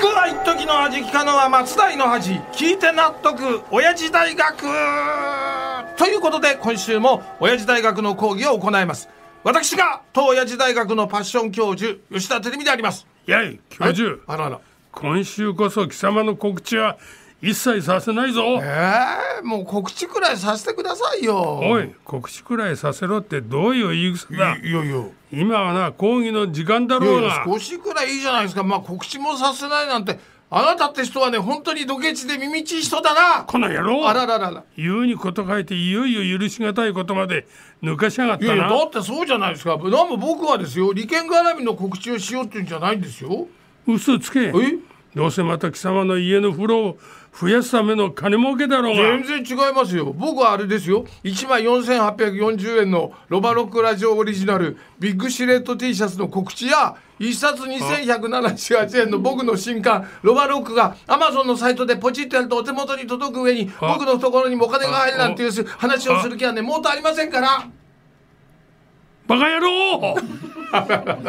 代の味聞かぬは松代の恥聞いて納得親父大学ということで今週も親父大学の講義を行います私が当親父大学のパッション教授吉田照美でありますやい教授、あらあら今週こそ貴様の告知は一切させないぞ、えー、もう告知くらいさせてくださいよおい告知くらいさせろってどういう言い草だいやいや今はな講義の時間だいろやういがや少しくらいいいじゃないですかまあ告知もさせないなんてあなたって人はね本当にドケチで耳ちい人だなこの野郎あらららら言うにこと書いていよいよ許しがたいことまで抜かしやがっいたやいやだなってそうじゃないですかなんも僕はですよ利権絡みの告知をしようっていうんじゃないんですよ嘘つけえどうせまた貴様の家の風呂を増やすための金儲けだろうが全然違いますよ僕はあれですよ1枚4840円のロバロックラジオオリジナルビッグシルエット T シャツの告知や1冊2178円の僕の新刊ロバロックがアマゾンのサイトでポチッとやるとお手元に届く上に僕の懐にもお金が入るなんていう話をする気はねもうとありませんからバカ 野郎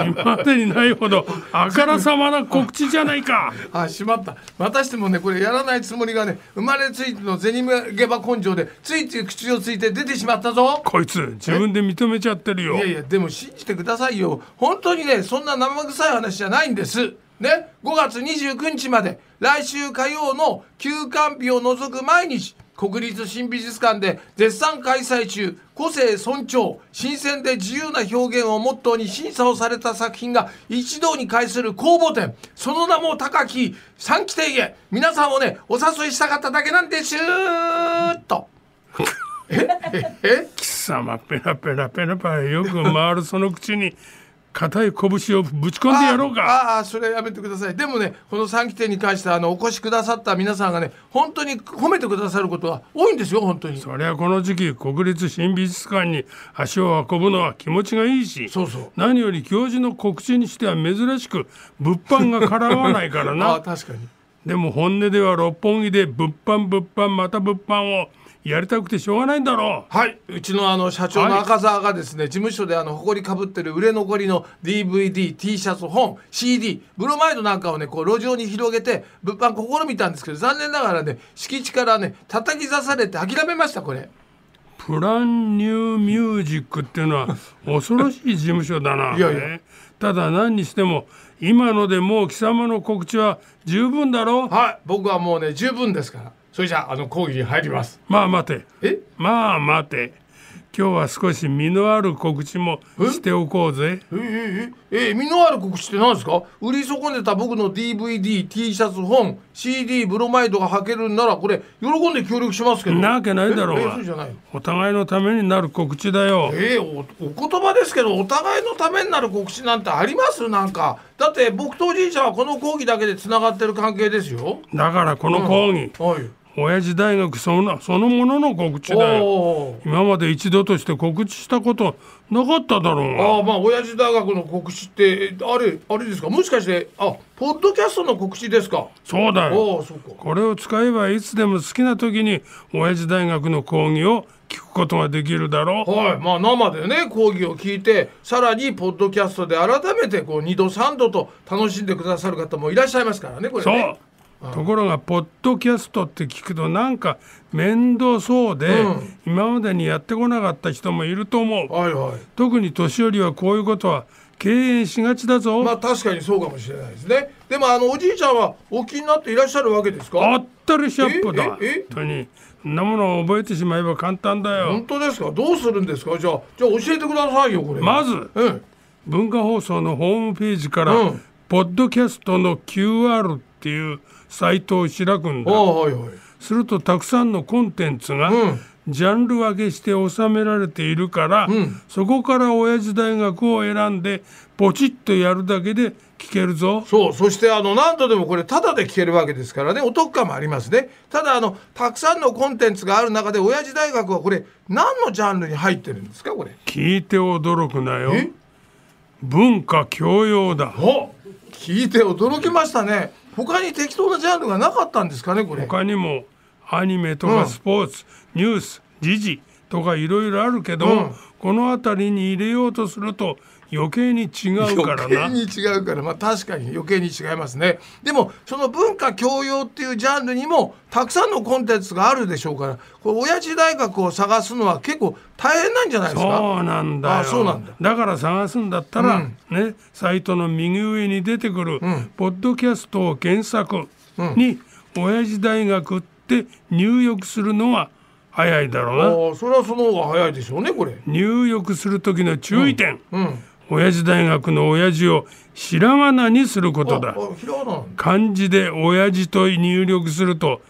今までにないほどあからさまな告知じゃないかあしまったまたしてもねこれやらないつもりがね生まれついての銭ゲバ根性でついつい口をついて出てしまったぞこいつ自分で認めちゃってるよいやいやでも信じてくださいよ本当にねそんな生臭い話じゃないんですね5月29日まで来週火曜の休館日を除く毎日国立新美術館で絶賛開催中個性尊重新鮮で自由な表現をモットーに審査をされた作品が一堂に会する公募展その名も高き三期亭へ皆さんをねお誘いしたかっただけなんですーっとええ貴様ペラペラペラペラよく回るその口に硬い拳をぶち込んでやろうかあああそれやめてくださいでもねこの3期店に関してあのお越しくださった皆さんがね本当に褒めてくださることは多いんですよ本当にそそりゃこの時期国立新美術館に足を運ぶのは気持ちがいいしうそう何より教授の告知にしては珍しく物販が絡まないからあ あな確かにでも本音では六本木で物販物販また物販をやりたくてしょうがないんだろうはいうちのあの社長の赤澤がですね、事務所であの埃かぶってる売れ残りの DVDT シャツ本 CD ブロマイドなんかをねこう路上に広げて物販試みたんですけど残念ながらね敷地からね叩き刺されて諦めましたこれプランニューミュージックっていうの は恐ろしい事務所だな。いやいやねただ何にしても今のでもう貴様の告知は十分だろう。はい僕はもうね十分ですからそれじゃああの講義に入りますまあ待て。えまあ待て。今日は少し身のある告知もしておこうぜ。えええええ身のある告知って何ですか売り損ねた僕の DVDT シャツ本 CD ブロマイドが履けるんならこれ喜んで協力しますけどなわけないだろうええがそうじゃないのお互いのためになる告知だよ。ええおお言葉ですけどお互いのためになる告知なんてありますなんかだって僕とおじいちゃんはこの講義だけでつながってる関係ですよだからこの講義、はい親父大学そのそのものの告知だよ。おー今まで一度として告知したことなかっただろうが。ああまあ親父大学の告知ってえあれあれですかもしかしてあポッドキャストの告知ですかそうだああよ。そうかこれを使えばいつでも好きな時に親父大学の講義を聞くことができるだろう。はい、まあ生でね講義を聞いてさらにポッドキャストで改めてこう2度3度と楽しんでくださる方もいらっしゃいますからねこれそねう。ところがポッドキャストって聞くとなんか面倒そうで、うん今までにやってこなかった人もいると思う。はいはい特に年寄りはこういうことは敬遠しがちだぞ。まあ確かにそうかもしれないですねでもあのおじいちゃんはお気になっていらっしゃるわけですあかったりシャップだ。本えええ当に。そんなものを覚えてしまえば簡単だよ。本当ですかどうするんですかじゃあじゃあ教えてくださいよこれまずええ文化放送のホームページから、うんポッドキャストの QR っていうサイトを開くんあだあはいはいするとたくさんのコンテンツが、うんジャンル分けして収められているから、んそこから親父大学を選んでポチッとやるだけで聞けるぞそうそしてあの何度でもこれタダで聞けるわけですからねお得感もありますねただあのたくさんのコンテンツがある中で親父大学はこれ何のジャンルに入ってるんですかこれ聞いて驚くなよえ文化教養だお聞いて驚きましたね他に適当なジャンルがなかったんですかねこれ他にもアニメとうかんスポーツ、ニュース時事とかいろいろあるけど、うんこの辺りに入れようとすると余計に違うから余計なに違うからまあ確かに余計に違いますねでもその文化教養っていうジャンルにもたくさんのコンテンツがあるでしょうからこれ親父大学を探すのは結構大変なんじゃないですかそうなんだよあそうなんだから探すんだったら、ねサイトの右上に出てくる、ポッドキャストを検索に「親父大学」って入力するのが早いだろうな。ああそれはその方が早いでしょうねこれ入浴する時の注意点、うん親父大学の親父を白髪なにすることあだあひらがななんだ漢字で親父と入力すると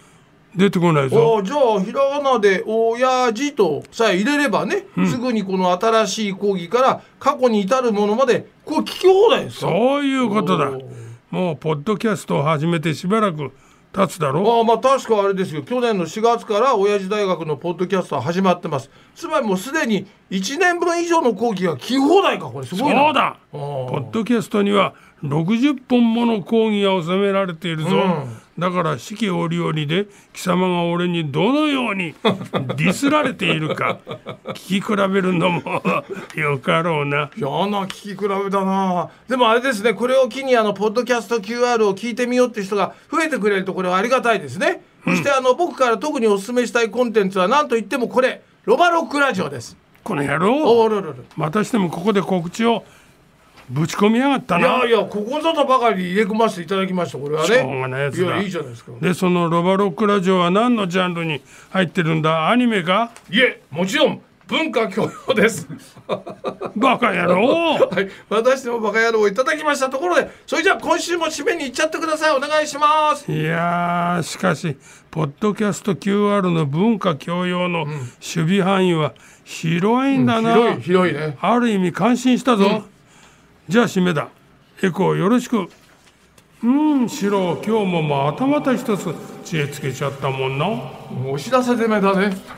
出てこないぞああじゃあひらがなで「親父」とさえ入れればね、すぐにこの新しい講義から過去に至るものまでこう聞き放題ですかそういうことだおーもうポッドキャストを始めてしばらく経つだろああまあ確かあれですよ去年の4月から親父大学のポッドキャストは始まってますつまりもうすでに1年分以上の講義が聞き放題かこれすごいなそうだああポッドキャストには60本もの講義が収められているぞ、だから四季折々で貴様が俺にどのよう にディスられているか聞き比べるのもよかろうな。嫌な聞き比べだなでもあれですねこれを機にあのポッドキャスト QR を聞いてみようって人が増えてくれるとこれはありがたいですね、そしてあの僕から特にお勧めしたいコンテンツは何といってもこれロバロックラジオですこの野お郎おろろろまたしてもここで告知をぶち込みやがったいなやいやここぞとばかりに入れ込ませていただきましたこれはねしょうがないやつだやいいじゃないですかでその「ロバロックラジオ」は何のジャンルに入ってるんだアニメかいえもちろん文化教養 ですバカ野郎はい、私でもバカ野郎をいただきましたところで、それじゃあ今週も締めに行っちゃってください。お願いします。いやーしかしポッドキャスト QR の文化教養の守備範囲は広いんだな、広い、広いね。ある意味感心したぞ、じゃあ締めだエコーよろしくうんシロ今日もまたまた一つ知恵つけちゃったもんなもうお知らせ攻めだね。